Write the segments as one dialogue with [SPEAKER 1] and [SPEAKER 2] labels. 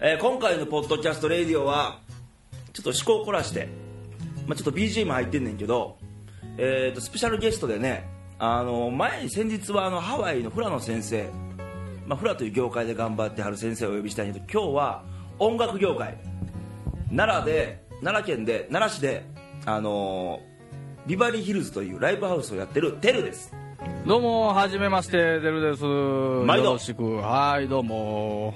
[SPEAKER 1] えー今回のポッドキャストレディオはちょっと趣向を凝らして、まあ、ちょっと BGM 入ってんねんけど、えー、とスペシャルゲストでねあの前先日はあのハワイのフラの先生、まあ、フラという業界で頑張ってはる先生をお呼びしたいんだけど今日は音楽業界奈良で奈良県で奈良市であのービバリーヒルズというライブハウスをやってるテルです
[SPEAKER 2] どうも、はじめまして、デルです。
[SPEAKER 1] 毎度
[SPEAKER 2] よろしく。はい、どうも。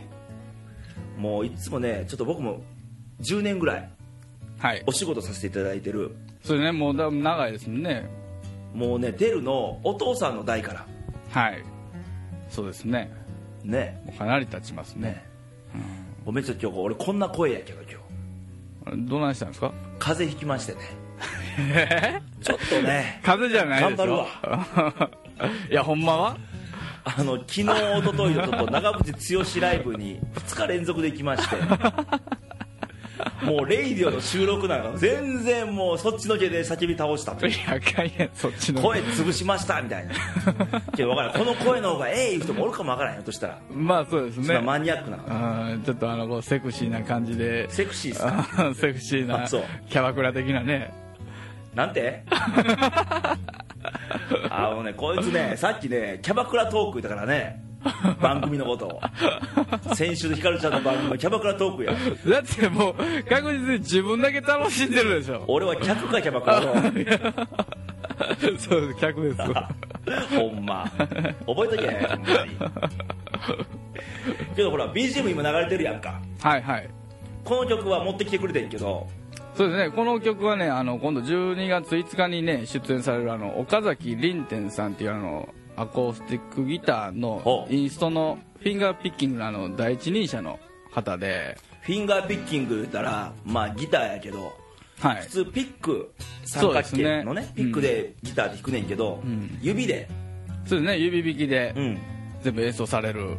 [SPEAKER 1] もういつもねちょっと僕も10年ぐらい
[SPEAKER 2] はい
[SPEAKER 1] お。仕事させていただいてる
[SPEAKER 2] それね、もうだ長いですもんね。
[SPEAKER 1] もうねテルのお父さんの代から
[SPEAKER 2] はい。そうですね。
[SPEAKER 1] ね
[SPEAKER 2] もうかなり経ちますね。
[SPEAKER 1] ねおめでとう今日俺こんな声やけど今日
[SPEAKER 2] どないしたんですか
[SPEAKER 1] 風邪ひきましてねちょっとね
[SPEAKER 2] 風邪じゃないですよ。
[SPEAKER 1] 頑
[SPEAKER 2] 張るわ。 いや、ほんまは
[SPEAKER 1] あの昨日一昨日のとこ長渕剛ライブに2日連続で行きましてもうレイディオの収録なんか全然もうそっちのけで叫び倒した
[SPEAKER 2] いや、あかんやん、そっちの。
[SPEAKER 1] 声潰しましたみたいなけど分からんこの声の方がええいう人もおるかも分からんよとしたら
[SPEAKER 2] まあ、そうです
[SPEAKER 1] そんな
[SPEAKER 2] ね。
[SPEAKER 1] マニアックな
[SPEAKER 2] うんちょっとあの、こう、セクシーな感じで。
[SPEAKER 1] セクシーっすか
[SPEAKER 2] あ セクシーな
[SPEAKER 1] あそう
[SPEAKER 2] キャバクラ的なね
[SPEAKER 1] なん てあのねこいつねさっきねキャバクラトークだからね番組のことを先週のひかるちゃんの番組のキャバクラトークや
[SPEAKER 2] だってもう確実に自分だけ楽しんでるでしょ
[SPEAKER 1] 俺は客かキャバクラの
[SPEAKER 2] そうです客です
[SPEAKER 1] ほんま覚えとけほんまにけどほら BGM 今流れてるやんか
[SPEAKER 2] はいはい
[SPEAKER 1] この曲は持ってきてくれてんけど
[SPEAKER 2] そうですねこの曲はねあの今度12月5日にね出演されるあの岡崎凛天さんっていうあのアコースティックギターの
[SPEAKER 1] ほう
[SPEAKER 2] インストのフィンガーピッキングのあの第一人者の方で
[SPEAKER 1] フィンガーピッキング言ったらまあギターやけど
[SPEAKER 2] は
[SPEAKER 1] 普
[SPEAKER 2] い
[SPEAKER 1] 通ピック三角形のね
[SPEAKER 2] そうですね
[SPEAKER 1] ピックでギターで弾くねんけど、
[SPEAKER 2] ん
[SPEAKER 1] 指で、
[SPEAKER 2] そうですね指弾きで
[SPEAKER 1] うん、
[SPEAKER 2] 全部演奏される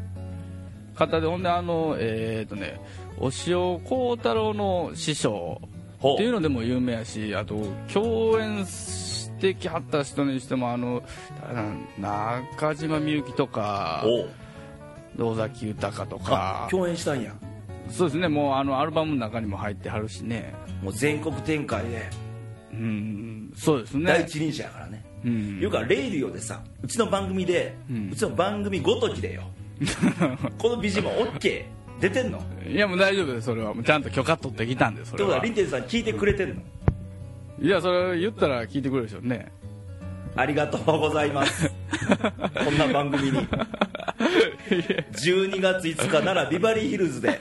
[SPEAKER 2] 方でほんであのえっ、とね押尾幸太郎の師匠
[SPEAKER 1] ほう
[SPEAKER 2] っていうのでも有名やしあと共演してきはった人にしてもあの誰なん中島みゆきとか
[SPEAKER 1] おう
[SPEAKER 2] 尾崎豊と
[SPEAKER 1] あ
[SPEAKER 2] か
[SPEAKER 1] 共演したんや
[SPEAKER 2] そうですねもうあのアルバムの中にも入ってはるしね
[SPEAKER 1] もう全国展開で
[SPEAKER 2] うんそうです
[SPEAKER 1] 第
[SPEAKER 2] ね
[SPEAKER 1] 一人者やからね
[SPEAKER 2] う
[SPEAKER 1] いうんかレイディオでさうちの番組で、う
[SPEAKER 2] うん
[SPEAKER 1] ちの番組ごとき でよこの BGM は OK 出てんのっ
[SPEAKER 2] いやもう大丈夫ですそれはもうちゃんと許可取ってきたんでそ
[SPEAKER 1] て
[SPEAKER 2] れ
[SPEAKER 1] こと
[SPEAKER 2] は
[SPEAKER 1] はリンテンさん聞いてくれてんの
[SPEAKER 2] いやそれ言ったら聞いてくれるでしょうね
[SPEAKER 1] ありがとうございます こんな番組に12月5日ならビバリーヒルズで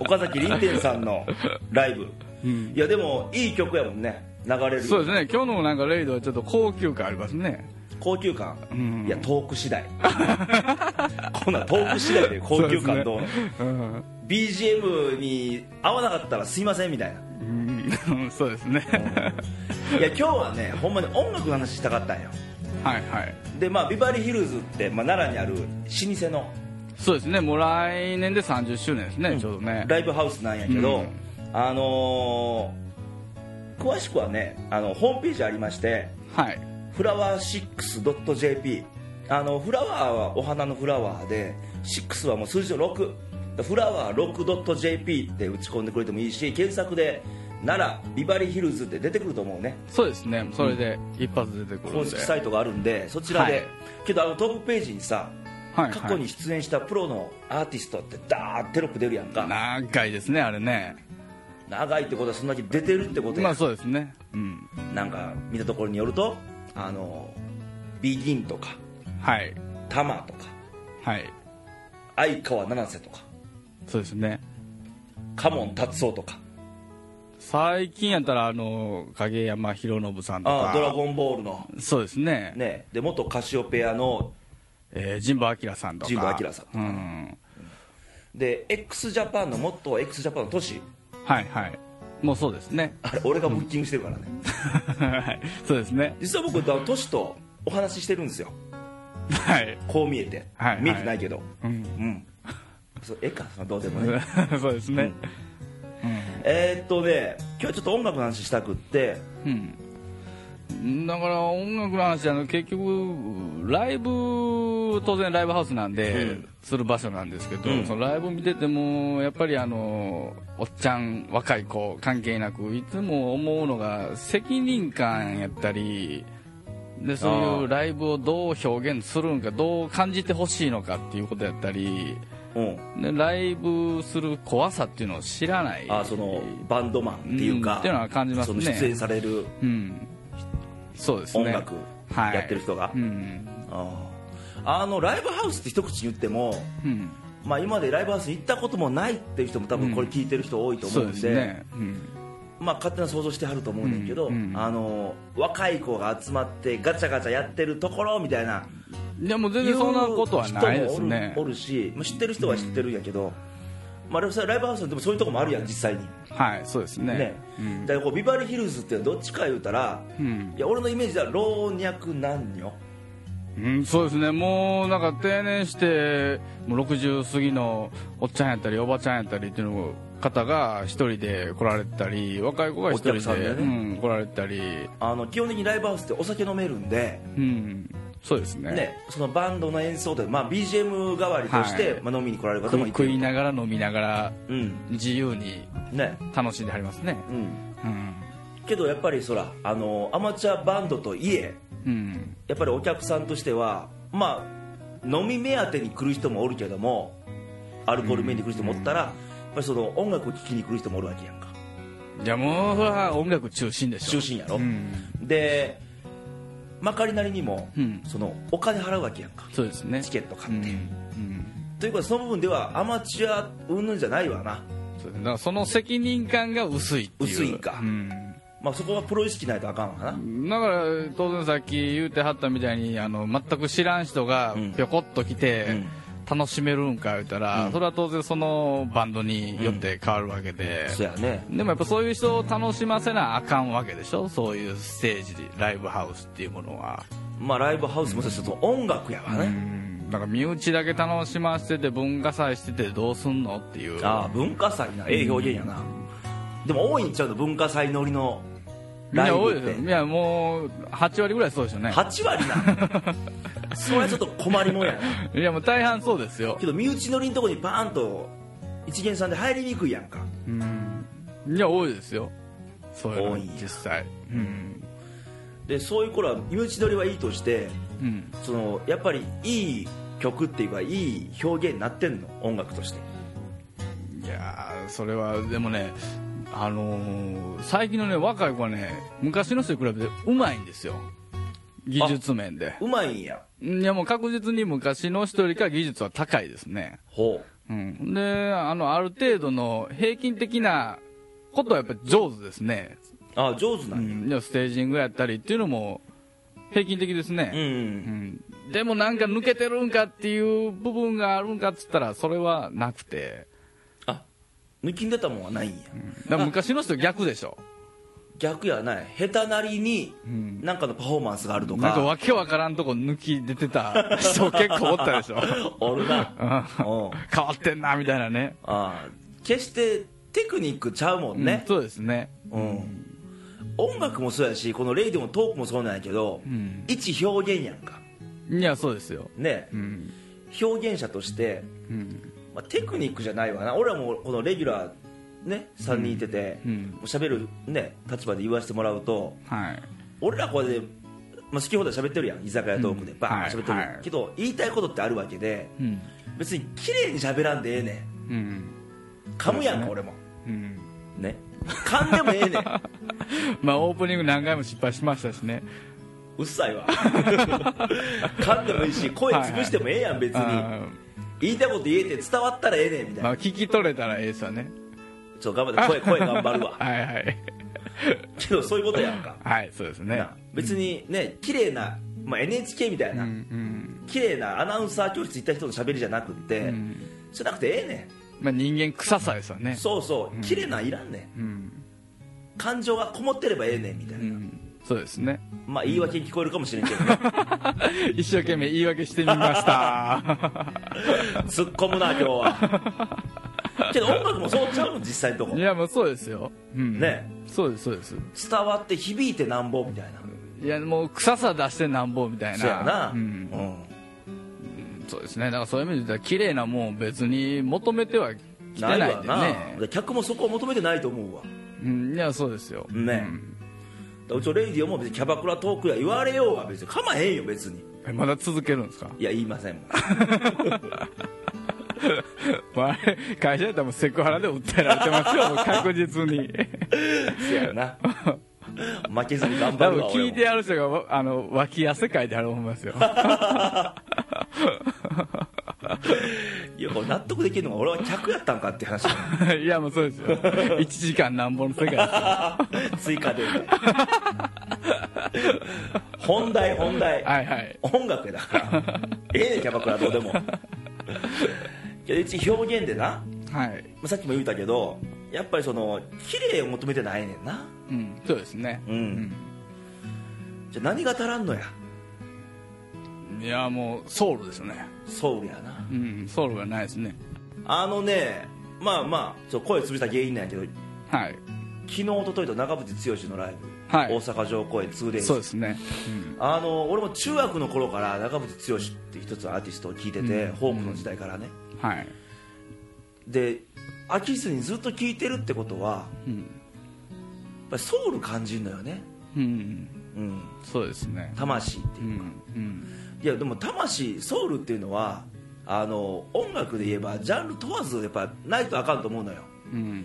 [SPEAKER 1] 岡崎凛天さんのライブ、いやでもいい曲やもんね流れる
[SPEAKER 2] そうですね今日のなんかレイドはちょっと高級感ありますね
[SPEAKER 1] 高級感、
[SPEAKER 2] ん
[SPEAKER 1] いやトーク次第 こんなんトーク次第で高級感どうの
[SPEAKER 2] うん、
[SPEAKER 1] BGM に合わなかったらすいませんみたいな
[SPEAKER 2] うん、 そうですね
[SPEAKER 1] いや今日はねほんまに音楽の話したかったんよ
[SPEAKER 2] はいはい
[SPEAKER 1] でまあビバリーヒルズって、まあ、奈良にある老舗の
[SPEAKER 2] そうですねもう来年で30周年ですね、ちょうどね
[SPEAKER 1] ライブハウスなんやけど、
[SPEAKER 2] うん
[SPEAKER 1] あのー詳しくはねあのホームページありまして
[SPEAKER 2] はい
[SPEAKER 1] フラワー 6.jp あのフラワーはお花のフラワーで6はもう数字の6フラワー 6.jp って打ち込んでくれてもいいし検索で奈良ビバリーヒルズって出てくると思うね
[SPEAKER 2] そうですねそれで一発出てくる
[SPEAKER 1] 公
[SPEAKER 2] んで、
[SPEAKER 1] 式サイトがあるんでそちらで、
[SPEAKER 2] はい
[SPEAKER 1] けどあのトップページにさ
[SPEAKER 2] はい
[SPEAKER 1] 過去に出演したプロのアーティストってダーッテロップ出るやんか
[SPEAKER 2] 長いですねあれね
[SPEAKER 1] 長いってことはそんだけ出てるってことや、
[SPEAKER 2] まあそうですねうん
[SPEAKER 1] なんか見たところによるとあのビギンとか
[SPEAKER 2] はい
[SPEAKER 1] タマとか
[SPEAKER 2] はい
[SPEAKER 1] 相川七瀬とか
[SPEAKER 2] そうですね
[SPEAKER 1] カモン達夫とか
[SPEAKER 2] 最近やったらあの影山博信さんと
[SPEAKER 1] あ
[SPEAKER 2] か
[SPEAKER 1] あドラゴンボールの
[SPEAKER 2] そうですね
[SPEAKER 1] ねで元カシオペアの
[SPEAKER 2] えー神保明さんとか
[SPEAKER 1] 神保明さんとか
[SPEAKER 2] うん
[SPEAKER 1] で x ジャパンの元は x ジャパンの都市
[SPEAKER 2] はいはいもうそうですね
[SPEAKER 1] あれ俺がブッキングしてるからね
[SPEAKER 2] はいそうですね
[SPEAKER 1] 実は僕あの都市とお話ししてるんですよ
[SPEAKER 2] はい
[SPEAKER 1] こう見えて、
[SPEAKER 2] はい
[SPEAKER 1] 見えてないけど、
[SPEAKER 2] うん
[SPEAKER 1] うんそうええかどうでもね
[SPEAKER 2] そうですね。
[SPEAKER 1] えーっとね今日はちょっと音楽の話したくって
[SPEAKER 2] うん。だから音楽の話あの結局ライブブ当然ライブハウスなんで、
[SPEAKER 1] うん
[SPEAKER 2] する場所なんですけど、
[SPEAKER 1] うん
[SPEAKER 2] そのライブ見ててもやっぱりあのおっちゃん若い子関係なくいつも思うのが責任感やったりでそうい
[SPEAKER 1] あー
[SPEAKER 2] うライブをどう表現するんかどう感じてほしいのかっていうことやったり
[SPEAKER 1] うん、
[SPEAKER 2] でライブする怖さっていうのを知らない
[SPEAKER 1] あそのバンドマンっていうか、
[SPEAKER 2] うんっていうのは感じますね
[SPEAKER 1] その出演される
[SPEAKER 2] うん、そうですね
[SPEAKER 1] 音楽
[SPEAKER 2] はい
[SPEAKER 1] やってる人が、
[SPEAKER 2] うん
[SPEAKER 1] あーあのライブハウスって一口に言っても、
[SPEAKER 2] うん
[SPEAKER 1] まあ、今までライブハウスに行ったこともないっていう人も多分これ聞いてる人多いと思
[SPEAKER 2] そううんで
[SPEAKER 1] です
[SPEAKER 2] ね、うん
[SPEAKER 1] まあ、勝手な想像してはると思うねんけど、
[SPEAKER 2] うんうん
[SPEAKER 1] あの若い子が集まってガチャガチャやってるところみたいな
[SPEAKER 2] でも全然そんなことはないです
[SPEAKER 1] いう
[SPEAKER 2] ね
[SPEAKER 1] 人もおるおるし、まあ、知ってる人は知ってるんやけど、まあ、でもそれライブハウスでもそういうとこもあるやん実際に。
[SPEAKER 2] はいそうですね
[SPEAKER 1] ね
[SPEAKER 2] うん
[SPEAKER 1] だからこうビバリーヒルズってどっちか言うたら、
[SPEAKER 2] うん
[SPEAKER 1] いや俺のイメージでは老若男女
[SPEAKER 2] うん、そうですねもうなんか定年してもう60過ぎのおっちゃんやったりおばちゃんやったりっていうの方が一人で来られてたり若い子が一人
[SPEAKER 1] お
[SPEAKER 2] で
[SPEAKER 1] 客さんでね
[SPEAKER 2] うん、来られてたり、
[SPEAKER 1] あの基本的にライブハウスってお酒飲めるんで、
[SPEAKER 2] うん、そうですね
[SPEAKER 1] ね、そのバンドの演奏で、まあ、BGM 代わりとして、
[SPEAKER 2] はい
[SPEAKER 1] まあ、飲みに来られる方
[SPEAKER 2] 食
[SPEAKER 1] も
[SPEAKER 2] い
[SPEAKER 1] いて
[SPEAKER 2] 食いながら飲みながら
[SPEAKER 1] うん
[SPEAKER 2] 自由に
[SPEAKER 1] ね
[SPEAKER 2] 楽しんではりますね
[SPEAKER 1] うん
[SPEAKER 2] うん、
[SPEAKER 1] けどやっぱりそらあのアマチュアバンドといえ
[SPEAKER 2] うん、
[SPEAKER 1] やっぱりお客さんとしてはまあ飲み目当てに来る人もおるけどもアルコール目に来る人もおったら、やっぱりその音楽を聴きに来る人もおるわけやんか
[SPEAKER 2] いやもうは音楽中心でしょ
[SPEAKER 1] 中心やろ、
[SPEAKER 2] うん
[SPEAKER 1] でまかりなりにも、
[SPEAKER 2] うん
[SPEAKER 1] そのお金払うわけやんか
[SPEAKER 2] そうですね
[SPEAKER 1] チケット買って、
[SPEAKER 2] うん
[SPEAKER 1] ということはその部分ではアマチュア云々じゃないわな、
[SPEAKER 2] そうですねだからその責任感が薄いっていう
[SPEAKER 1] 薄いか
[SPEAKER 2] うん
[SPEAKER 1] まあ、そこはプロ意識ないとあかんわな、
[SPEAKER 2] だから当然さっき言うてはったみたいにあの全く知らん人が
[SPEAKER 1] うん
[SPEAKER 2] ぴょこっと来て、楽しめるんか言うたら、
[SPEAKER 1] うん
[SPEAKER 2] それは当然そのバンドによって変わるわけで、
[SPEAKER 1] そやね
[SPEAKER 2] でもやっぱそういう人を楽しませなあかんわけでしょそういうステージでライブハウスっていうものは、
[SPEAKER 1] まあライブハウスもそうやしその音楽やわ
[SPEAKER 2] う
[SPEAKER 1] ね、
[SPEAKER 2] んだから身内だけ楽しませてて文化祭しててどうすんのっていう
[SPEAKER 1] ああ文化祭なええ表現やな、でも多いんちゃうの文化祭乗りの
[SPEAKER 2] みん
[SPEAKER 1] ライ
[SPEAKER 2] な多い
[SPEAKER 1] ブっ
[SPEAKER 2] です
[SPEAKER 1] て
[SPEAKER 2] よいやもう8割ぐらいそうですよね
[SPEAKER 1] 8割 なそれはちょっと困りもんやない
[SPEAKER 2] やもう大半そうですよ
[SPEAKER 1] けど身内乗りのとこにバーンと一元さんで入りにくいやんか
[SPEAKER 2] うんいや多いですよそういう
[SPEAKER 1] 多
[SPEAKER 2] の
[SPEAKER 1] いんや
[SPEAKER 2] 実際うん
[SPEAKER 1] でそういう頃は身内乗りはいいとして
[SPEAKER 2] うん
[SPEAKER 1] そのやっぱりいい曲っていうかいい表現になってんの音楽として
[SPEAKER 2] いやーそれはでもねあのー最近のね若い子はね昔の人に比べてうまいんですよ技術面で
[SPEAKER 1] うまいんや
[SPEAKER 2] いやもう確実に昔の人よりか技術は高いですね
[SPEAKER 1] ほ
[SPEAKER 2] うんであのある程度の平均的なことはやっぱり上手ですね、
[SPEAKER 1] うああ上手な
[SPEAKER 2] うん
[SPEAKER 1] や
[SPEAKER 2] ん、でステージングやったりっていうのも平均的ですね、
[SPEAKER 1] うん、
[SPEAKER 2] うんでもなんか抜けてるんかっていう部分があるんかっつったらそれはなくて
[SPEAKER 1] あ抜きんでたもんはないんや、
[SPEAKER 2] だから昔の人逆でしょ
[SPEAKER 1] 逆やない下手なりに
[SPEAKER 2] ん
[SPEAKER 1] なんかのパフォーマンスがあると
[SPEAKER 2] なんか
[SPEAKER 1] か、
[SPEAKER 2] わけわからんとこ抜き出てた人結構おったでしょ
[SPEAKER 1] おるな
[SPEAKER 2] うん
[SPEAKER 1] うん
[SPEAKER 2] 変わってんなみたいなね
[SPEAKER 1] ああ決してテクニックちゃうもんね
[SPEAKER 2] うん、そうですね
[SPEAKER 1] うん音楽もそうやしこのレイディもトークもそうなんやけど、
[SPEAKER 2] ん
[SPEAKER 1] 一表現やんか
[SPEAKER 2] いやそうですよ
[SPEAKER 1] ね
[SPEAKER 2] うん
[SPEAKER 1] 表現者として
[SPEAKER 2] うん
[SPEAKER 1] まあ、テクニックじゃないわな俺はもうこのレギュラー、ね、3人いてて、
[SPEAKER 2] うん
[SPEAKER 1] もう喋る、ね、立場で言わせてもらうと
[SPEAKER 2] はい
[SPEAKER 1] 俺らこれで、まあ、好き放題喋ってるやん居酒屋トークで
[SPEAKER 2] うん
[SPEAKER 1] バーン喋ってる、
[SPEAKER 2] はいはい
[SPEAKER 1] けど言いたいことってあるわけで
[SPEAKER 2] うん
[SPEAKER 1] 別に綺麗に喋らんでええね
[SPEAKER 2] うん
[SPEAKER 1] ん噛むやんか、俺も
[SPEAKER 2] うん
[SPEAKER 1] ね噛んでもええねん
[SPEAKER 2] まあオープニング何回も失敗しましたしね
[SPEAKER 1] うっさいわ 噛んでもいいし声潰してもええやん別に、
[SPEAKER 2] あ
[SPEAKER 1] 言いたいこと言えて伝わったらええねんみた
[SPEAKER 2] ー
[SPEAKER 1] い
[SPEAKER 2] ま
[SPEAKER 1] な
[SPEAKER 2] あ聞き取れたらええさね
[SPEAKER 1] ちょっと頑張って 声声頑張るわ
[SPEAKER 2] はいはい
[SPEAKER 1] けどそういうことやんか
[SPEAKER 2] はいそうですね
[SPEAKER 1] な別にね綺麗な、まあ、NHK みたい
[SPEAKER 2] うん
[SPEAKER 1] な、
[SPEAKER 2] うん
[SPEAKER 1] 綺麗なアナウンサー教室行った人の喋りじゃなくって、
[SPEAKER 2] ん
[SPEAKER 1] じゃなくてええね
[SPEAKER 2] まあ、人間臭さですよね
[SPEAKER 1] んそうそう綺麗なんいらんねん
[SPEAKER 2] うん、
[SPEAKER 1] 感情がこもってればええねんみたいうな、
[SPEAKER 2] ん、そうですね
[SPEAKER 1] まあ言い訳に聞こえるかもしれんけ どね
[SPEAKER 2] 一生懸命言い訳してみました
[SPEAKER 1] 突っ込むな今日はけど音楽もそうちゃうの実際のとこ
[SPEAKER 2] い
[SPEAKER 1] ね
[SPEAKER 2] やもうそうですよ、うん、そうですそうです
[SPEAKER 1] 伝わって響いてなんぼみたいない
[SPEAKER 2] やもう臭さ出してなんぼみたいな
[SPEAKER 1] そうやな、
[SPEAKER 2] うん、
[SPEAKER 1] うん
[SPEAKER 2] そうですねだからそういう意味で言ったら綺麗なもん別に求めてはきてないん
[SPEAKER 1] わ
[SPEAKER 2] で
[SPEAKER 1] な、
[SPEAKER 2] ね
[SPEAKER 1] で客もそこを求めてないと思うわ
[SPEAKER 2] うんいやそうですよ、
[SPEAKER 1] ね、ううちのレイディオも別にキャバクラトークや言われようが別に構えへんよ別に
[SPEAKER 2] えまだ続けるんですか
[SPEAKER 1] いや言いませんもん
[SPEAKER 2] まああれ会社やったらもうセクハラで訴えられてます よもう確実に
[SPEAKER 1] せやな 負けずに頑張
[SPEAKER 2] 多
[SPEAKER 1] る
[SPEAKER 2] 分
[SPEAKER 1] わ
[SPEAKER 2] 聞いて
[SPEAKER 1] 俺も
[SPEAKER 2] ある人がわあの脇汗かいてある思いますよ
[SPEAKER 1] いやこれ納得できるのが俺は客やったんかって話
[SPEAKER 2] いやもうそうですよ1時 間なんぼの世界です
[SPEAKER 1] 追
[SPEAKER 2] よ
[SPEAKER 1] 加で本題本題
[SPEAKER 2] はいはい
[SPEAKER 1] 音楽やだからええねんキャバクラどうでもけどうち表現でな
[SPEAKER 2] はい
[SPEAKER 1] さっきも言ったけどやっぱりその綺麗を求めてないねんな
[SPEAKER 2] うんそうですね
[SPEAKER 1] うん、じゃあ何が足らんのや
[SPEAKER 2] いやもうソウルですよね
[SPEAKER 1] ソウルやな
[SPEAKER 2] うんソウルがないですね
[SPEAKER 1] あのねまあまあちょっと声潰した原因なんやけど
[SPEAKER 2] はい
[SPEAKER 1] 昨日おとといと長渕剛のライブ、
[SPEAKER 2] はい
[SPEAKER 1] 大阪城公演2デイ
[SPEAKER 2] そう
[SPEAKER 1] ズ
[SPEAKER 2] ですね、
[SPEAKER 1] あの俺も中学の頃から長渕剛って一つのアーティストを聞いてて、ホークの時代からね、
[SPEAKER 2] うん、はい
[SPEAKER 1] で飽きずにずっと聞いてるってことは
[SPEAKER 2] うん、
[SPEAKER 1] やっぱりソウル感じるのよね、
[SPEAKER 2] うん、
[SPEAKER 1] うん、
[SPEAKER 2] そうですね
[SPEAKER 1] 魂って
[SPEAKER 2] う
[SPEAKER 1] い
[SPEAKER 2] ん
[SPEAKER 1] う、
[SPEAKER 2] うん
[SPEAKER 1] いやでも魂ソウルっていうのはあの音楽で言えばジャンル問わずやっぱないとあかんと思うのよ
[SPEAKER 2] うん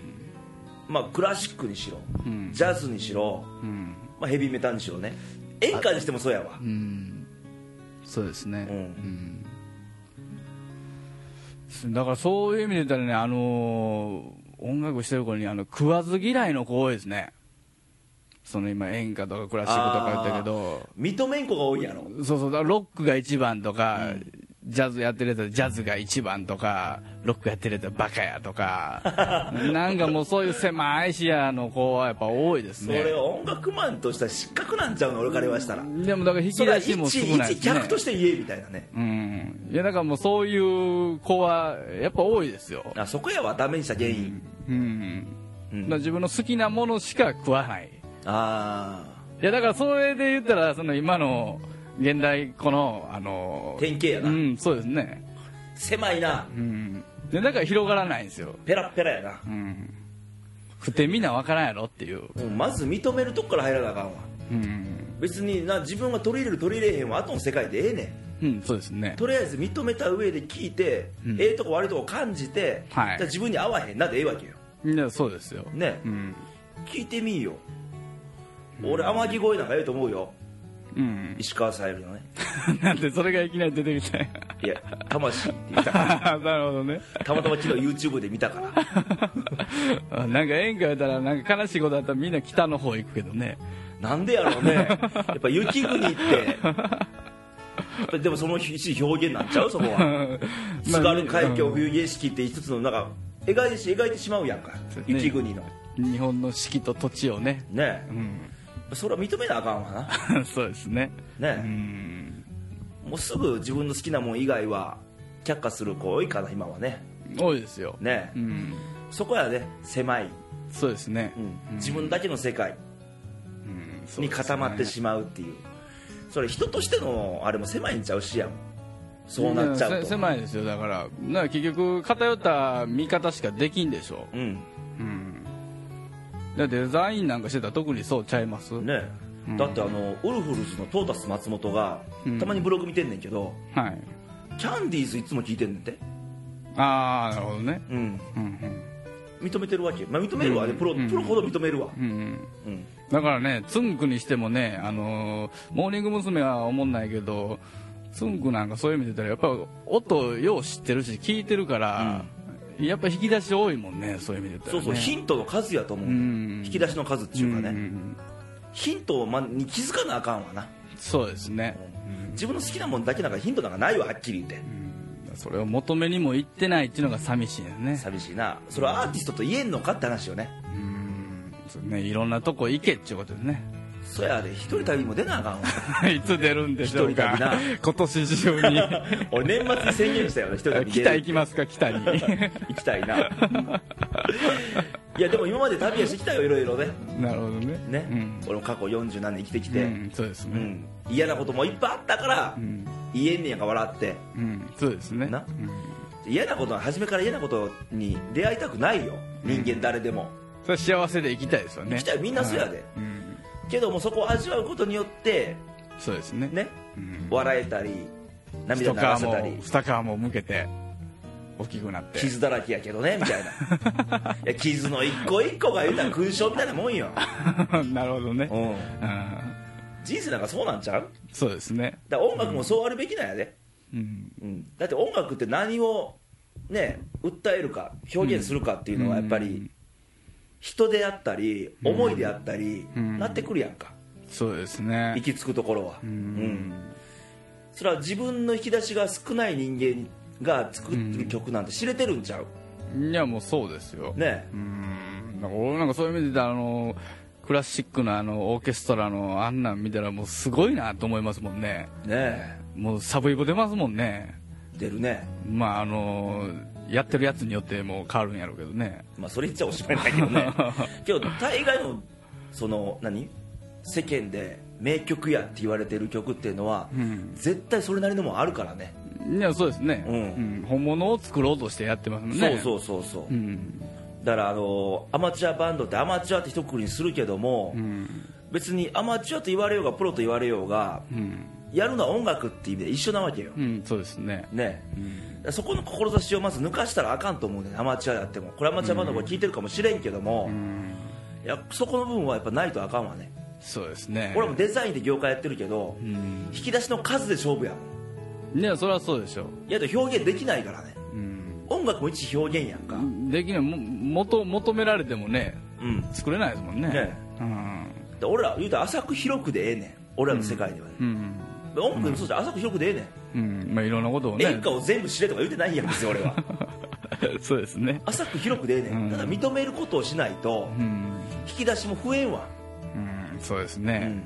[SPEAKER 1] まあクラシックにしろ、
[SPEAKER 2] うん
[SPEAKER 1] ジャズにしろ、
[SPEAKER 2] うん
[SPEAKER 1] まあ、ヘビーメタルにしろね演歌にしてもそうやわ
[SPEAKER 2] うんそうですね
[SPEAKER 1] うん
[SPEAKER 2] うんだからそういう意味で言ったらねあのー音楽してる頃にあの食わず嫌いの子多いですねその今演歌とかクラシックとか言ったけど
[SPEAKER 1] 認めん子が多いやろ
[SPEAKER 2] そうそうだからロックが一番とか、ジャズやってるやつはジャズが一番とかロックやってるやつはバカやとかなんかもうそういう狭い視野の子はやっぱ多いです
[SPEAKER 1] そ
[SPEAKER 2] ね
[SPEAKER 1] れは音楽マンとしたら失格なんちゃうの俺から言わしたら、
[SPEAKER 2] でもだから引
[SPEAKER 1] そ
[SPEAKER 2] き
[SPEAKER 1] れは
[SPEAKER 2] 出
[SPEAKER 1] 一
[SPEAKER 2] しも少ない
[SPEAKER 1] 一
[SPEAKER 2] ですね
[SPEAKER 1] 客として言えみたいなね
[SPEAKER 2] うんいやだからもうそういう子はやっぱ多いですよ、
[SPEAKER 1] あそこやわダメにした原因、
[SPEAKER 2] うん
[SPEAKER 1] うん
[SPEAKER 2] だから自分の好きなものしか食わない
[SPEAKER 1] ああ
[SPEAKER 2] いやだからそれで言ったらその今の現代このあの
[SPEAKER 1] 典型やな
[SPEAKER 2] うんそうですね
[SPEAKER 1] 狭いな
[SPEAKER 2] うんでだから広がらないんですよ
[SPEAKER 1] ペラッペラやな
[SPEAKER 2] うん不てみんなわからんやろっていう
[SPEAKER 1] もうまず認めるとこから入らなあかんわ
[SPEAKER 2] うん、
[SPEAKER 1] 別にな自分が取り入れる取り入れへんは後の世界でええねん
[SPEAKER 2] うん、そうですね
[SPEAKER 1] とりあえず認めた上で聞いて、
[SPEAKER 2] うん
[SPEAKER 1] ええとこ悪いとこ感じて、
[SPEAKER 2] はい
[SPEAKER 1] じゃあ自分に合わへんなでええわけよ
[SPEAKER 2] いやそうですよ、
[SPEAKER 1] ね、
[SPEAKER 2] うん
[SPEAKER 1] 聞いてみいよ俺天城越えなんかええと思うよ
[SPEAKER 2] うん
[SPEAKER 1] 石川さゆりのね
[SPEAKER 2] なんでそれがいきなり出てきたんや
[SPEAKER 1] いや魂って言ったか
[SPEAKER 2] なるほどね
[SPEAKER 1] らたまたま昨日 YouTube で見たから
[SPEAKER 2] あなんか演歌やったらなんか悲しいことあったらみんな北の方行くけどね
[SPEAKER 1] なんでやろうねやっぱ雪国ってやっぱりでもその一表現になっちゃうそこは津軽海峡冬景色って一つのなんか描いてし描いてしまうやんか
[SPEAKER 2] そうね
[SPEAKER 1] 雪国の
[SPEAKER 2] 日本の四季と土地をね、
[SPEAKER 1] ね
[SPEAKER 2] う、ん、
[SPEAKER 1] それは認めなあかんわ
[SPEAKER 2] そうですね、
[SPEAKER 1] な
[SPEAKER 2] う
[SPEAKER 1] ね、
[SPEAKER 2] ん、
[SPEAKER 1] もうすぐ自分の好きなもん以外は却下する子多いかな今はね
[SPEAKER 2] 多いですよ、
[SPEAKER 1] ね、
[SPEAKER 2] うん、
[SPEAKER 1] そこはね狭い、
[SPEAKER 2] そうですね、
[SPEAKER 1] うん自分だけの世界
[SPEAKER 2] うんそうですね
[SPEAKER 1] に固まってしまうっていうそれ人としてのあれも狭いんちゃうしやんそうなっちゃ
[SPEAKER 2] ん
[SPEAKER 1] う
[SPEAKER 2] せ
[SPEAKER 1] と
[SPEAKER 2] 狭いですよだからだから結局偏った見方しかできんでしょ
[SPEAKER 1] うん
[SPEAKER 2] う、うん、だってデザインなんかしてたら特にそうちゃいます、
[SPEAKER 1] ねだってあのウルフルズのトータス松本がたまにブログ見てんねんけど、
[SPEAKER 2] はい
[SPEAKER 1] キャンディーズいつも聞いてんねんて、
[SPEAKER 2] ああなるほどね
[SPEAKER 1] うん、
[SPEAKER 2] うん
[SPEAKER 1] 認めてるわけ、まあ、認めるわね、プロプロほど認めるわ、
[SPEAKER 2] うんうん
[SPEAKER 1] うん
[SPEAKER 2] だからねつんくにしてもね、あのーモーニング娘。は思んないけどつんくなんかそういう意味で言ったらやっぱ音よう知ってるし聞いてるから、やっぱ引き出し多いもんねそういう意味で言ったら、
[SPEAKER 1] そう
[SPEAKER 2] ね、
[SPEAKER 1] そう、ヒントの数やと思う、
[SPEAKER 2] うん
[SPEAKER 1] 引き出しの数っていうかね、
[SPEAKER 2] うんうん
[SPEAKER 1] ヒントをまに気づかなあかんわな、
[SPEAKER 2] そうですね、
[SPEAKER 1] 自分の好きなもんだけなんかヒントなんかないわはっきり言って、
[SPEAKER 2] それを求めにも行ってないっていうのが寂しいよね
[SPEAKER 1] 寂しいなそれはアーティストと言えんのかって話よね
[SPEAKER 2] うんそうねいろんなとこ行けっていうことです ね
[SPEAKER 1] そやで一人旅も出なあ かんわ
[SPEAKER 2] いつ出るんでしょう
[SPEAKER 1] 一人
[SPEAKER 2] か
[SPEAKER 1] 旅
[SPEAKER 2] 今年中 に
[SPEAKER 1] 俺年末に 宣言したよね一人旅出る
[SPEAKER 2] 北行きますか北に
[SPEAKER 1] 行きたいないやでも今まで旅はしてきたよいろいろね
[SPEAKER 2] なるほどね
[SPEAKER 1] ね、
[SPEAKER 2] うん
[SPEAKER 1] 俺も過去40何年生きてき
[SPEAKER 2] う
[SPEAKER 1] て、うん
[SPEAKER 2] ん、そうですね
[SPEAKER 1] 嫌なこともいっぱいあったから、
[SPEAKER 2] うん、
[SPEAKER 1] 言えんねやが笑って
[SPEAKER 2] うん、そうですね
[SPEAKER 1] な
[SPEAKER 2] うん、
[SPEAKER 1] 嫌なことは初めから嫌なことに出会いたくないよ人間誰でも、
[SPEAKER 2] それは幸せで生きたいですよ
[SPEAKER 1] 生
[SPEAKER 2] ね
[SPEAKER 1] きたいみんなそうやで
[SPEAKER 2] はいうん、
[SPEAKER 1] けどもそこを味わうことによって
[SPEAKER 2] そうですね
[SPEAKER 1] ね
[SPEAKER 2] うん、
[SPEAKER 1] 笑えたり涙
[SPEAKER 2] 一皮
[SPEAKER 1] 流せたり
[SPEAKER 2] も二皮も向けて大きくなって
[SPEAKER 1] 傷だらけやけどねみたいないや傷の一個一個が言うたら勲章みたいなもんよ、
[SPEAKER 2] なるほどね、
[SPEAKER 1] うん、
[SPEAKER 2] うん、
[SPEAKER 1] 人生なんかそうなんちゃう
[SPEAKER 2] そうですね、
[SPEAKER 1] だから音楽もそうあるべきなんやで、
[SPEAKER 2] うん、
[SPEAKER 1] うん、だって音楽って何をね訴えるか表現するかっていうのはやっぱ
[SPEAKER 2] うん
[SPEAKER 1] り人であったり思いであったり
[SPEAKER 2] うん
[SPEAKER 1] なってくるやんか
[SPEAKER 2] そうです
[SPEAKER 1] 行
[SPEAKER 2] ね
[SPEAKER 1] き着くところは、う
[SPEAKER 2] うん
[SPEAKER 1] ん、それは自分の引き出しが少ない人間が作ってる曲なんて知れてるんちゃう
[SPEAKER 2] いやもうそうですよ、
[SPEAKER 1] ね
[SPEAKER 2] うんなんか俺なんかそういう意味で言ったらあのクラシックのあのオーケストラのあんなん見たらもうすごいなと思いますもんね
[SPEAKER 1] えね
[SPEAKER 2] もうサブイボ出ますもんね
[SPEAKER 1] え出るね
[SPEAKER 2] まああのやってるやつによってもう変わるんやろうけどね
[SPEAKER 1] まあそれ言っちゃおしまいないけど ねけど大概のその何世間で名曲やって言われてる曲っていうのは、
[SPEAKER 2] ん
[SPEAKER 1] 絶対それなりのもんあるからね
[SPEAKER 2] いやそうですね、
[SPEAKER 1] うん
[SPEAKER 2] うん本物を作ろうとしてやってますもんね
[SPEAKER 1] そううそうそうそう、
[SPEAKER 2] うん
[SPEAKER 1] だからあのアマチュアバンドってアマチュアって一括りにするけども、
[SPEAKER 2] うん
[SPEAKER 1] 別にアマチュアと言われようがプロと言われようが
[SPEAKER 2] うん、
[SPEAKER 1] やるのは音楽っていう意味で一緒なわけよ、
[SPEAKER 2] うん、そうですね
[SPEAKER 1] ね、そこの志をまず抜かしたらあかんと思うねアマチュアやってもこれアマチュアバンドこれ聞いてるかもしれんけども、
[SPEAKER 2] うん
[SPEAKER 1] いやそこの部分はやっぱないとあかんわね
[SPEAKER 2] そうですね
[SPEAKER 1] 俺もデザインで業界やってるけど、
[SPEAKER 2] うん
[SPEAKER 1] 引き出しの数で勝負やもん
[SPEAKER 2] いやそれはそうでしょう
[SPEAKER 1] いやだって表現できないからね
[SPEAKER 2] うん
[SPEAKER 1] 音楽も一表現やんかうん、
[SPEAKER 2] できないも元求められてもね作れないですもんね
[SPEAKER 1] ね
[SPEAKER 2] うん
[SPEAKER 1] で俺ら言うたら浅く広くでええねん俺らの世界ではね、
[SPEAKER 2] うん
[SPEAKER 1] で音楽でもそうじゃん浅く広くでええねん
[SPEAKER 2] うんまあいろんなことをね
[SPEAKER 1] 演歌を全部知れとか言うてないやん別に俺は
[SPEAKER 2] そうですね
[SPEAKER 1] 浅く広くでええねん、
[SPEAKER 2] うん
[SPEAKER 1] ただ認めることをしないと
[SPEAKER 2] うん、
[SPEAKER 1] 引き出しも増えんわ、
[SPEAKER 2] うん、そうですね、
[SPEAKER 1] うん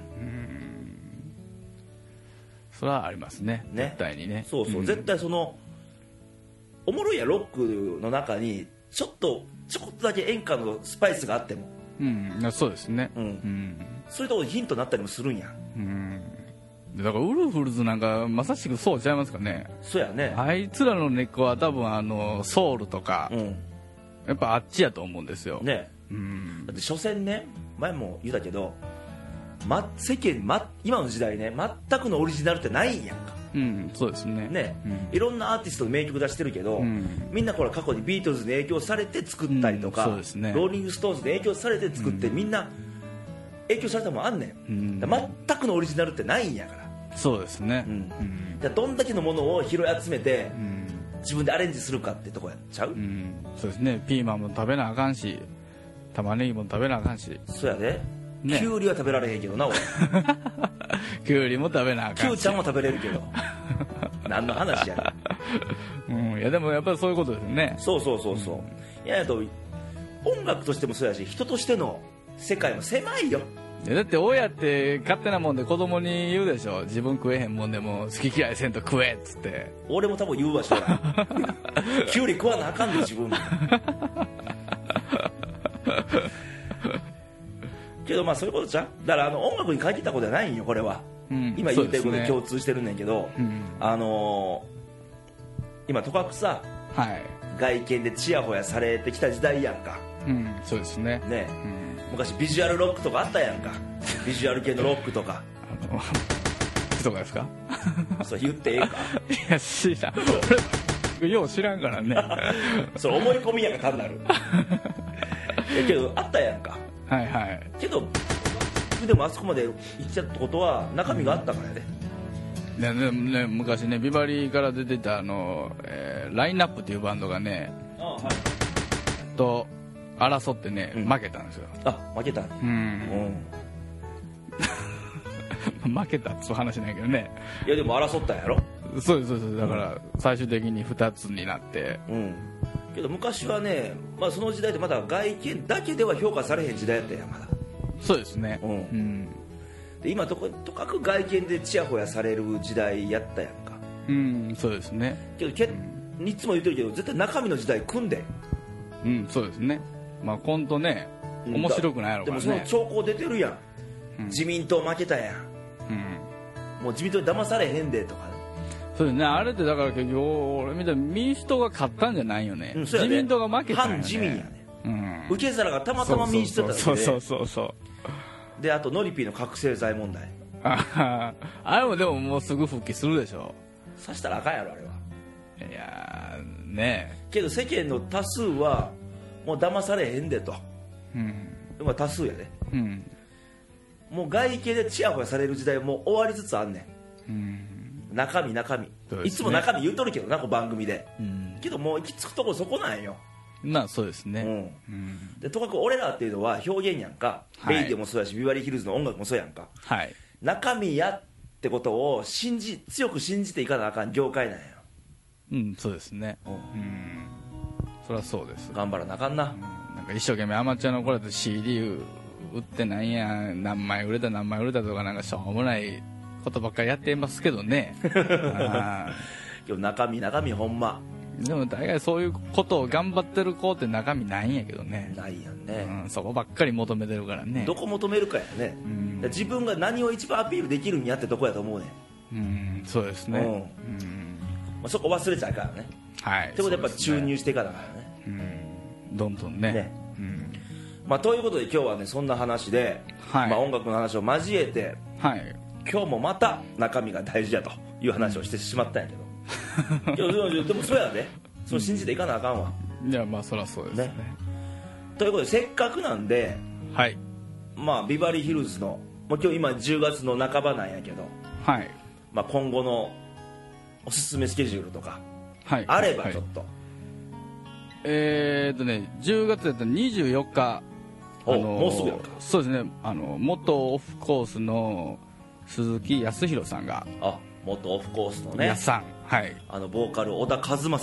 [SPEAKER 2] それはありますね
[SPEAKER 1] ね
[SPEAKER 2] 絶対にね
[SPEAKER 1] そうそう、
[SPEAKER 2] ん
[SPEAKER 1] 絶対そのおもろいやロックの中にちょっとちょこっとだけ演歌のスパイスがあっても
[SPEAKER 2] うんいやそうですね
[SPEAKER 1] うんそういうところヒントになったりもするんや
[SPEAKER 2] うんだからウルフルズなんかまさしくそうちゃいますかね
[SPEAKER 1] そうやね
[SPEAKER 2] あいつらの根っこは多分あのソウルとか、
[SPEAKER 1] うん
[SPEAKER 2] やっぱあっちやと思うんですよ、
[SPEAKER 1] ね
[SPEAKER 2] うん
[SPEAKER 1] だって所詮ね前も言うたけど、ま、世間、ま、今の時代ね全くのオリジナルってないんやんか
[SPEAKER 2] うん、そうですね
[SPEAKER 1] ね、いろんなアーティストの名曲出してるけど、
[SPEAKER 2] ん
[SPEAKER 1] みんなこれ過去にビートルズに影響されて作ったりとか、
[SPEAKER 2] うんそうですね
[SPEAKER 1] ローリング・ストーンズに影響されて作って、みんな影響されたもんあんねん、
[SPEAKER 2] ん
[SPEAKER 1] だから全くのオリジナルってないんやから,、
[SPEAKER 2] そうですね
[SPEAKER 1] うんだからどんだけのものを拾い集めて、
[SPEAKER 2] うん、
[SPEAKER 1] 自分でアレンジするかってとこやっちゃう、
[SPEAKER 2] うん、そうですねピーマンも食べなあかんし玉ねぎも食べなあかんし
[SPEAKER 1] そうやで、
[SPEAKER 2] ね
[SPEAKER 1] キュウリは食べられへんけど な俺
[SPEAKER 2] きゅうりも食べなあ
[SPEAKER 1] キ
[SPEAKER 2] か
[SPEAKER 1] ュ
[SPEAKER 2] ん
[SPEAKER 1] ウ
[SPEAKER 2] し
[SPEAKER 1] ちゃんは食べれるけど何の話やねん
[SPEAKER 2] うん、いやでもやっぱりそういうことですよね
[SPEAKER 1] そうそうそうそう、いやいやと音楽としてもそうやし人としての世界も狭いよ
[SPEAKER 2] いやだって親って勝手なもんで子供に言うでしょ自分食えへんもんでも好き嫌いせんと食えっつって
[SPEAKER 1] 俺も多分言うわ将来 キュウリ食わなあかんで自分もけどまあそういうことじゃんだからあの音楽に限ったことじゃないんよこれは、
[SPEAKER 2] うん
[SPEAKER 1] 今言ってることで
[SPEAKER 2] そう
[SPEAKER 1] 共通してるんねんけど、
[SPEAKER 2] うん
[SPEAKER 1] あのー今とかくさ
[SPEAKER 2] はい
[SPEAKER 1] 外見でチヤホヤされてきた時代やんか
[SPEAKER 2] うんそうですね
[SPEAKER 1] ね
[SPEAKER 2] うん
[SPEAKER 1] 昔ビジュアルロックとかあったやんかビジュアル系のロックとか
[SPEAKER 2] あのとかですか
[SPEAKER 1] そう言ってええか
[SPEAKER 2] いや知らん俺よう知らんから ねは
[SPEAKER 1] それ思い込みやんか単なるいやけどあったやんか
[SPEAKER 2] いはい
[SPEAKER 1] けどでもあそこまで行っちゃったことは中身があったからやで、
[SPEAKER 2] ねねね昔ねビバリーから出てたあの、えーラインナップっていうバンドがね
[SPEAKER 1] ああはい
[SPEAKER 2] と争ってね、
[SPEAKER 1] うん
[SPEAKER 2] 負けたんですよ
[SPEAKER 1] あ負けたんや
[SPEAKER 2] う
[SPEAKER 1] うんん
[SPEAKER 2] 負けたっつう話ないけどね
[SPEAKER 1] いやでも争ったんやろ
[SPEAKER 2] そうですそうですだから最終的に2つになって
[SPEAKER 1] うんけど昔はね、まあ、その時代ってまだ外見だけでは評価されへん時代やったんやまだ
[SPEAKER 2] そうですね
[SPEAKER 1] うん
[SPEAKER 2] ん、
[SPEAKER 1] で今とことかく外見でチヤホヤされる時代やったやんか
[SPEAKER 2] うん、そうですね
[SPEAKER 1] けどけいつも言ってるけど絶対中身の時代組んで
[SPEAKER 2] うんそうですねまあコントね
[SPEAKER 1] うん
[SPEAKER 2] 面白くないやろう
[SPEAKER 1] でも
[SPEAKER 2] から
[SPEAKER 1] その
[SPEAKER 2] ね、
[SPEAKER 1] 兆候出てるやん、自民党負けたやん
[SPEAKER 2] うん、
[SPEAKER 1] もう自民党に騙されへんでとか
[SPEAKER 2] そうですねあれってだから結局俺みたいに民主党が勝ったんじゃないよね、
[SPEAKER 1] うんそうや
[SPEAKER 2] 自
[SPEAKER 1] で
[SPEAKER 2] 民党が負けたんよね
[SPEAKER 1] 反自民やね
[SPEAKER 2] うん
[SPEAKER 1] 受け皿がたまたま民主党だった
[SPEAKER 2] そ
[SPEAKER 1] だ
[SPEAKER 2] うそ
[SPEAKER 1] け
[SPEAKER 2] うそうそう
[SPEAKER 1] でであとノリピーの覚醒剤問題
[SPEAKER 2] あははあれもでももうすぐ復帰するでしょ
[SPEAKER 1] さしたらあかんやろあれはい
[SPEAKER 2] やーね
[SPEAKER 1] けど世間の多数はもう騙されへんでと
[SPEAKER 2] うん
[SPEAKER 1] まあ多数やね
[SPEAKER 2] うん
[SPEAKER 1] もう外形でチヤホヤされる時代もう終わりつつあんね
[SPEAKER 2] うん
[SPEAKER 1] ん中身中身、
[SPEAKER 2] そうですね
[SPEAKER 1] いつも中身言うとるけどなこの番組で
[SPEAKER 2] うん
[SPEAKER 1] けどもう行き着くとこそこなんよ、
[SPEAKER 2] まあそうです
[SPEAKER 1] う
[SPEAKER 2] ね
[SPEAKER 1] ん、
[SPEAKER 2] うん
[SPEAKER 1] でとかく俺らっていうのは表現やんか、
[SPEAKER 2] はい
[SPEAKER 1] レイディオもそうやしビバリーヒルズの音楽もそうやんか
[SPEAKER 2] はい
[SPEAKER 1] 中身やってことを信じ強く信じていかなあかん業界なんや、
[SPEAKER 2] うんそうですね
[SPEAKER 1] うん
[SPEAKER 2] うんそりゃそうです
[SPEAKER 1] 頑張らなあかんな、
[SPEAKER 2] なんか一生懸命アマチュアの頃だと CD 売ってないやん何枚売れた何枚売れたとかなんかしょうもないことばっかりやってますけどねあ
[SPEAKER 1] けど中身中身ほんま
[SPEAKER 2] ーでも大概そういうことを頑張ってる子って中身ないんやけどね、
[SPEAKER 1] ないやん
[SPEAKER 2] う
[SPEAKER 1] ね、
[SPEAKER 2] ん、そこばっかり求めてるからね
[SPEAKER 1] どこ求めるかやね、
[SPEAKER 2] ん
[SPEAKER 1] 自分が何を一番アピールできるんやってとこやと思うねん、
[SPEAKER 2] うんそうですね
[SPEAKER 1] う
[SPEAKER 2] うん
[SPEAKER 1] まあ、そこ忘れちゃうからね
[SPEAKER 2] はい
[SPEAKER 1] ってことでやっぱ
[SPEAKER 2] そう
[SPEAKER 1] 注
[SPEAKER 2] ですね
[SPEAKER 1] 入していかなあかんね
[SPEAKER 2] うんどんどんね
[SPEAKER 1] ね
[SPEAKER 2] うん
[SPEAKER 1] まあ、ということで今日はねそんな話で、
[SPEAKER 2] はい
[SPEAKER 1] まあ、音楽の話を交えて
[SPEAKER 2] はい
[SPEAKER 1] 今日もまた中身が大事やという話をしてしまったんや けどいやでもでもそうやでその信じていかなあかんわ、
[SPEAKER 2] いやまあそりゃそうですね
[SPEAKER 1] ねということでせっかくなんで、
[SPEAKER 2] はい
[SPEAKER 1] まあ、ビバリーヒルズのもう今日今10月の半ばなんやけど、
[SPEAKER 2] はい
[SPEAKER 1] まあ、今後のおすすめスケジュールとか
[SPEAKER 2] はい
[SPEAKER 1] あれば
[SPEAKER 2] はい
[SPEAKER 1] ちょっと、
[SPEAKER 2] えーっとね10月だったら24日
[SPEAKER 1] お
[SPEAKER 2] あの
[SPEAKER 1] もうすぐやんか
[SPEAKER 2] そうですねあの元オフコースの鈴木康弘さんが、
[SPEAKER 1] あ元オフコースの
[SPEAKER 2] や
[SPEAKER 1] ね
[SPEAKER 2] さんはい
[SPEAKER 1] あのボーカル小田和正さんの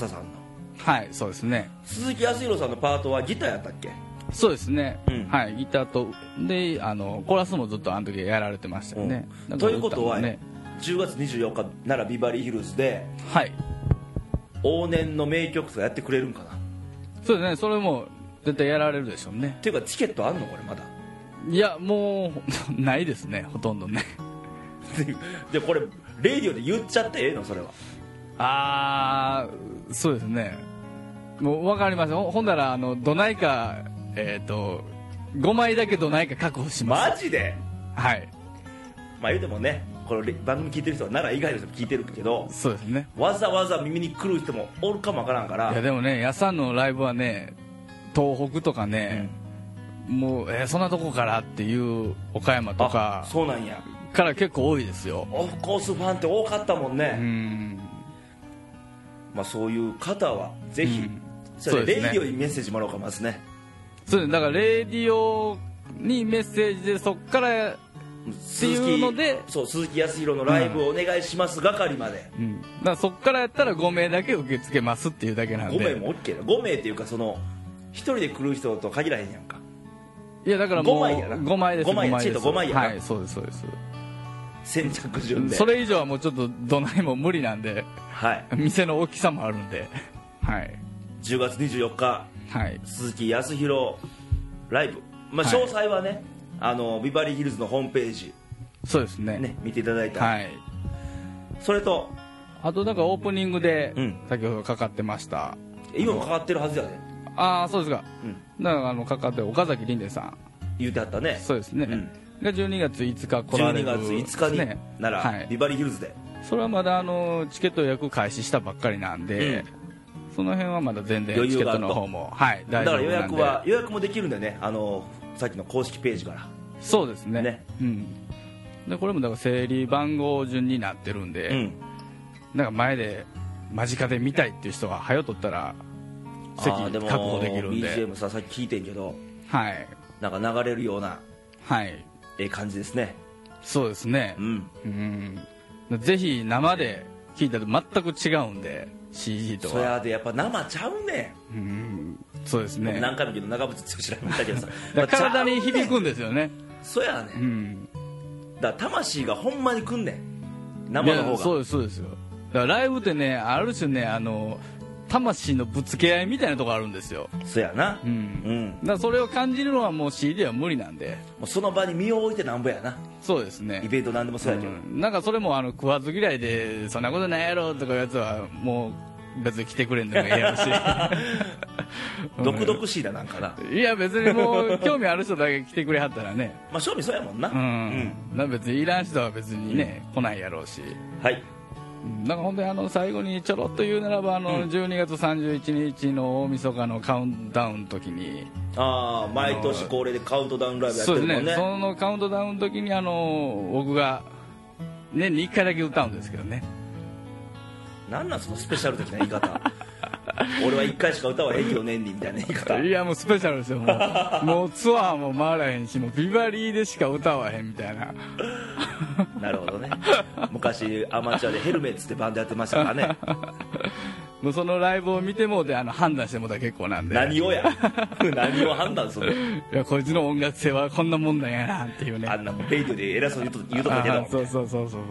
[SPEAKER 2] はいそうですね
[SPEAKER 1] 鈴木康弘さんのパートはギターやったっけ
[SPEAKER 2] そうですね、
[SPEAKER 1] うん
[SPEAKER 2] はいギターとであのコーラスもずっとあの時やられてましたよね、
[SPEAKER 1] うん
[SPEAKER 2] だか
[SPEAKER 1] と
[SPEAKER 2] ら
[SPEAKER 1] いうことは、
[SPEAKER 2] 歌もね
[SPEAKER 1] 10月24日ならビバリーヒルズで
[SPEAKER 2] はい
[SPEAKER 1] 往年の名曲とかやってくれるんかなっ
[SPEAKER 2] そうですねそれも絶対やられるでしょうね
[SPEAKER 1] ていうかチケットあんのこれまだ
[SPEAKER 2] いやもう ないですねほとんどね
[SPEAKER 1] でこれレディオで言っちゃってええのそれは
[SPEAKER 2] ああそうですねもう分かりませんほほんならあのどないかえっ、と5枚だけどないか確保します
[SPEAKER 1] マジで
[SPEAKER 2] はい
[SPEAKER 1] まあ言うてもねこのレ番組聞いてる人は奈良以外の人も聞いてるけど
[SPEAKER 2] そうですね
[SPEAKER 1] わざわざ耳に来る人もおるかもわからんか
[SPEAKER 2] いや
[SPEAKER 1] ら
[SPEAKER 2] でもねやさんのライブはね東北とかね、もう、えーそんなとこからっていう岡山と
[SPEAKER 1] あ
[SPEAKER 2] か
[SPEAKER 1] そうなんや
[SPEAKER 2] から結構多いですよ
[SPEAKER 1] オフコースファンって多かったもんね、
[SPEAKER 2] うん
[SPEAKER 1] まあ、そういう方はぜひ、
[SPEAKER 2] うん
[SPEAKER 1] それ
[SPEAKER 2] そうです
[SPEAKER 1] レ
[SPEAKER 2] ね
[SPEAKER 1] イディオにメッセージもらおうかますね
[SPEAKER 2] そうですだからレディオにメッセージでそっから
[SPEAKER 1] 鈴木
[SPEAKER 2] っていうので
[SPEAKER 1] そう鈴木康弘のライブをお願いします係まで、
[SPEAKER 2] うん、だからそっからやったら5名だけ受け付けますっていうだけなんで
[SPEAKER 1] 5名も OK だ5名っていうかその1人で来る人と限らへんやんか
[SPEAKER 2] いやだからもう
[SPEAKER 1] 5枚やな
[SPEAKER 2] 5枚です
[SPEAKER 1] 5枚や
[SPEAKER 2] です
[SPEAKER 1] チート5枚やな
[SPEAKER 2] はいそうですそうです
[SPEAKER 1] 先着順で
[SPEAKER 2] それ以上はもうちょっとどないも無理なんで
[SPEAKER 1] はい
[SPEAKER 2] 店の大きさもあるんではい
[SPEAKER 1] 10月24日
[SPEAKER 2] はい
[SPEAKER 1] 鈴木康弘ライブ、まあ、
[SPEAKER 2] はい
[SPEAKER 1] 詳細はね、あのビバリーヒルズのホームページ、
[SPEAKER 2] そうですね
[SPEAKER 1] ね、見ていただいたら、
[SPEAKER 2] はい
[SPEAKER 1] それと
[SPEAKER 2] あとなんかオープニングで
[SPEAKER 1] うん
[SPEAKER 2] 先ほどかかってました、
[SPEAKER 1] 今もかかってるはずやね、
[SPEAKER 2] ああそうですか
[SPEAKER 1] うん、
[SPEAKER 2] だからあのかかって岡崎凛音さん
[SPEAKER 1] 言うてはったね
[SPEAKER 2] そうですね、
[SPEAKER 1] うん
[SPEAKER 2] が12月5日来られ
[SPEAKER 1] 12
[SPEAKER 2] る
[SPEAKER 1] 月5日に
[SPEAKER 2] ね
[SPEAKER 1] なら、
[SPEAKER 2] はい
[SPEAKER 1] ビバリーヒルズで
[SPEAKER 2] それはまだあのチケット予約開始したばっかりなんで、その辺はまだ全然
[SPEAKER 1] 余
[SPEAKER 2] チ
[SPEAKER 1] 裕
[SPEAKER 2] ケ
[SPEAKER 1] が
[SPEAKER 2] ッ
[SPEAKER 1] ある
[SPEAKER 2] ト
[SPEAKER 1] と
[SPEAKER 2] の方もはい
[SPEAKER 1] だ
[SPEAKER 2] 大丈
[SPEAKER 1] か
[SPEAKER 2] 夫な
[SPEAKER 1] ら
[SPEAKER 2] んで
[SPEAKER 1] 予約は予約もできるんだよねあのさっきの公式ページから
[SPEAKER 2] そうですね
[SPEAKER 1] ね
[SPEAKER 2] うん、でこれもだから整理番号順になってるんで、
[SPEAKER 1] うん
[SPEAKER 2] なんか前で間近で見たいっていう人は早とったら席
[SPEAKER 1] あーで
[SPEAKER 2] 確
[SPEAKER 1] も
[SPEAKER 2] 保できるんで
[SPEAKER 1] BGM ささっき聞いてんけど
[SPEAKER 2] はい
[SPEAKER 1] なんか流れるような
[SPEAKER 2] はい
[SPEAKER 1] ええ感じですね
[SPEAKER 2] そうですね
[SPEAKER 1] うん
[SPEAKER 2] うんぜひ生で聞いたと全く違うんで CG と
[SPEAKER 1] そ
[SPEAKER 2] は
[SPEAKER 1] やでやっぱ生ちゃうね
[SPEAKER 2] うんそうです
[SPEAKER 1] ん、
[SPEAKER 2] ね
[SPEAKER 1] 何回も言うけど長渕剛らも言ったけ どさ
[SPEAKER 2] だから体に響
[SPEAKER 1] まあちゃうね
[SPEAKER 2] くんですよね
[SPEAKER 1] んそや
[SPEAKER 2] う
[SPEAKER 1] ね
[SPEAKER 2] ん
[SPEAKER 1] んだから魂がほんまにくんねん生の
[SPEAKER 2] い
[SPEAKER 1] 方
[SPEAKER 2] やそう
[SPEAKER 1] が
[SPEAKER 2] ですそうですよだからライブってねある種ねあの魂のぶつけ合いみたいなとこあるんですよ、
[SPEAKER 1] そやな、
[SPEAKER 2] うん
[SPEAKER 1] うん
[SPEAKER 2] だからそれを感じるのはもう CD は無理なんで
[SPEAKER 1] もうその場に身を置いてなんぼやな
[SPEAKER 2] そうですね
[SPEAKER 1] イベントなんでもそうやけど、
[SPEAKER 2] うんなんかそれもあの食わず嫌いでそんなことないやろとかいうやつはもう別に来てくれんでもええやろし
[SPEAKER 1] 独々しいだなんかな、
[SPEAKER 2] うんいや別にもう興味ある人だけ来てくれはったらね
[SPEAKER 1] まあ、正味そうやもんな、
[SPEAKER 2] うん、なんか別にいらん人は別にね、来ないやろうし
[SPEAKER 1] うんはい
[SPEAKER 2] うんなんか本当にあの最後にちょろっと言うならばあの
[SPEAKER 1] うん
[SPEAKER 2] 12月31日の大晦日のカウントダウンの時に、
[SPEAKER 1] ああ毎年恒例でカウントダウンライブやって
[SPEAKER 2] そう
[SPEAKER 1] る
[SPEAKER 2] で
[SPEAKER 1] も
[SPEAKER 2] す
[SPEAKER 1] んね
[SPEAKER 2] ねそのカウントダウンの時にあの僕が年に1回だけ歌うんですけどね
[SPEAKER 1] なんなんそのスペシャル的な言い 方俺は1回しか歌わへんけど年にみたいな言い方
[SPEAKER 2] いやもうスペシャルですよも うもうツアーも回らへんしもうビバリーでしか歌わへんみたいな
[SPEAKER 1] なるほどね昔アマチュアでヘルメッツってバンドやってました からね
[SPEAKER 2] もうそのライブを見てもうであの判断してもうたら結構なんで
[SPEAKER 1] 何をや 何を判断する
[SPEAKER 2] いやこいつの音楽性はこんなもんなんやなっていうね
[SPEAKER 1] あんなもうレイドで偉そうに言うと言うとったけ
[SPEAKER 2] あ
[SPEAKER 1] ど
[SPEAKER 2] ーそうそうそうそうそう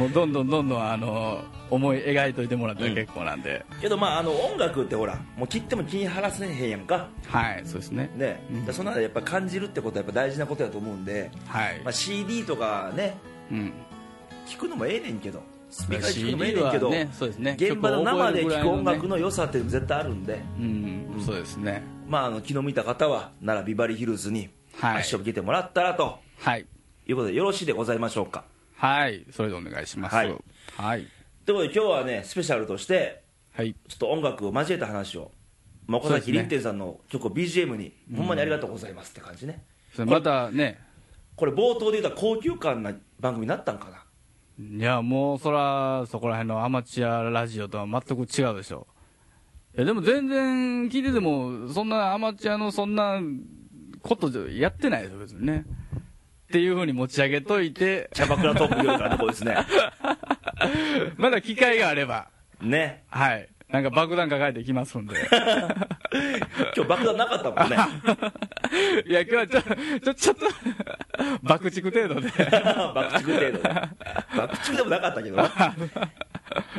[SPEAKER 2] もうどんどんどんどんあの思い描いといてもらったら結構なんで、
[SPEAKER 1] けどまああの音楽ってほらもう切っても気に張らせへんやんか
[SPEAKER 2] はいそうですね
[SPEAKER 1] ね、
[SPEAKER 2] うん
[SPEAKER 1] だからそんなのやっぱ感じるってことはやっぱ大事なことやと思うんで、
[SPEAKER 2] はい、
[SPEAKER 1] まあ、CD とかね
[SPEAKER 2] うん
[SPEAKER 1] 聞くのもええねんけどスピーカーで聞く
[SPEAKER 2] CD
[SPEAKER 1] のもええねんけど、
[SPEAKER 2] はねそうですね
[SPEAKER 1] 現場の生で聞く音楽
[SPEAKER 2] の、
[SPEAKER 1] の良さって絶対あるんで、
[SPEAKER 2] うん、そうですね
[SPEAKER 1] まあ、あの気の見た方は奈良ビバリーヒルズに
[SPEAKER 2] はい
[SPEAKER 1] 足を向けてもらったらと
[SPEAKER 2] はい
[SPEAKER 1] いうことでよろしいでございましょうか
[SPEAKER 2] はいそれでお願いします
[SPEAKER 1] は
[SPEAKER 2] はいいはい、
[SPEAKER 1] ということで今日はねスペシャルとしてちょっと音楽を交えた話をまあ岡
[SPEAKER 2] そうです
[SPEAKER 1] 崎
[SPEAKER 2] ね
[SPEAKER 1] 凛天さんの曲を BGM に、ほんまにありがとうございますって感じね
[SPEAKER 2] それまたね
[SPEAKER 1] これ冒頭で言ったら高級感な番組になったんかない
[SPEAKER 2] やもうそらそこら辺のアマチュアラジオとは全く違うでしょいやでも全然聞いててもそんなアマチュアのそんなことじゃやってないでしょ別にねっていうふうに持ち上げといて
[SPEAKER 1] キャバクラトークよりからねこいつね
[SPEAKER 2] まだ機会があれば
[SPEAKER 1] ね
[SPEAKER 2] はいなんか爆弾抱えてきます んで
[SPEAKER 1] 今日爆弾なかったもんね
[SPEAKER 2] いや今日はちょちょちょっと爆竹程度で
[SPEAKER 1] 爆竹程度で爆竹でもなかったけどなというこ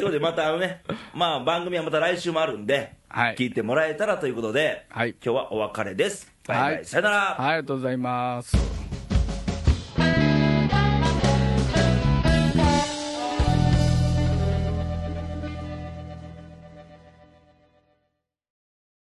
[SPEAKER 1] とでまたあのね、まあ、番組はまた来週もあるんで、
[SPEAKER 2] はい
[SPEAKER 1] 聞いてもらえたらということで、
[SPEAKER 2] はい
[SPEAKER 1] 今日はお別れですバイバイ、
[SPEAKER 2] はい
[SPEAKER 1] さよなら、
[SPEAKER 2] はいありがとうございます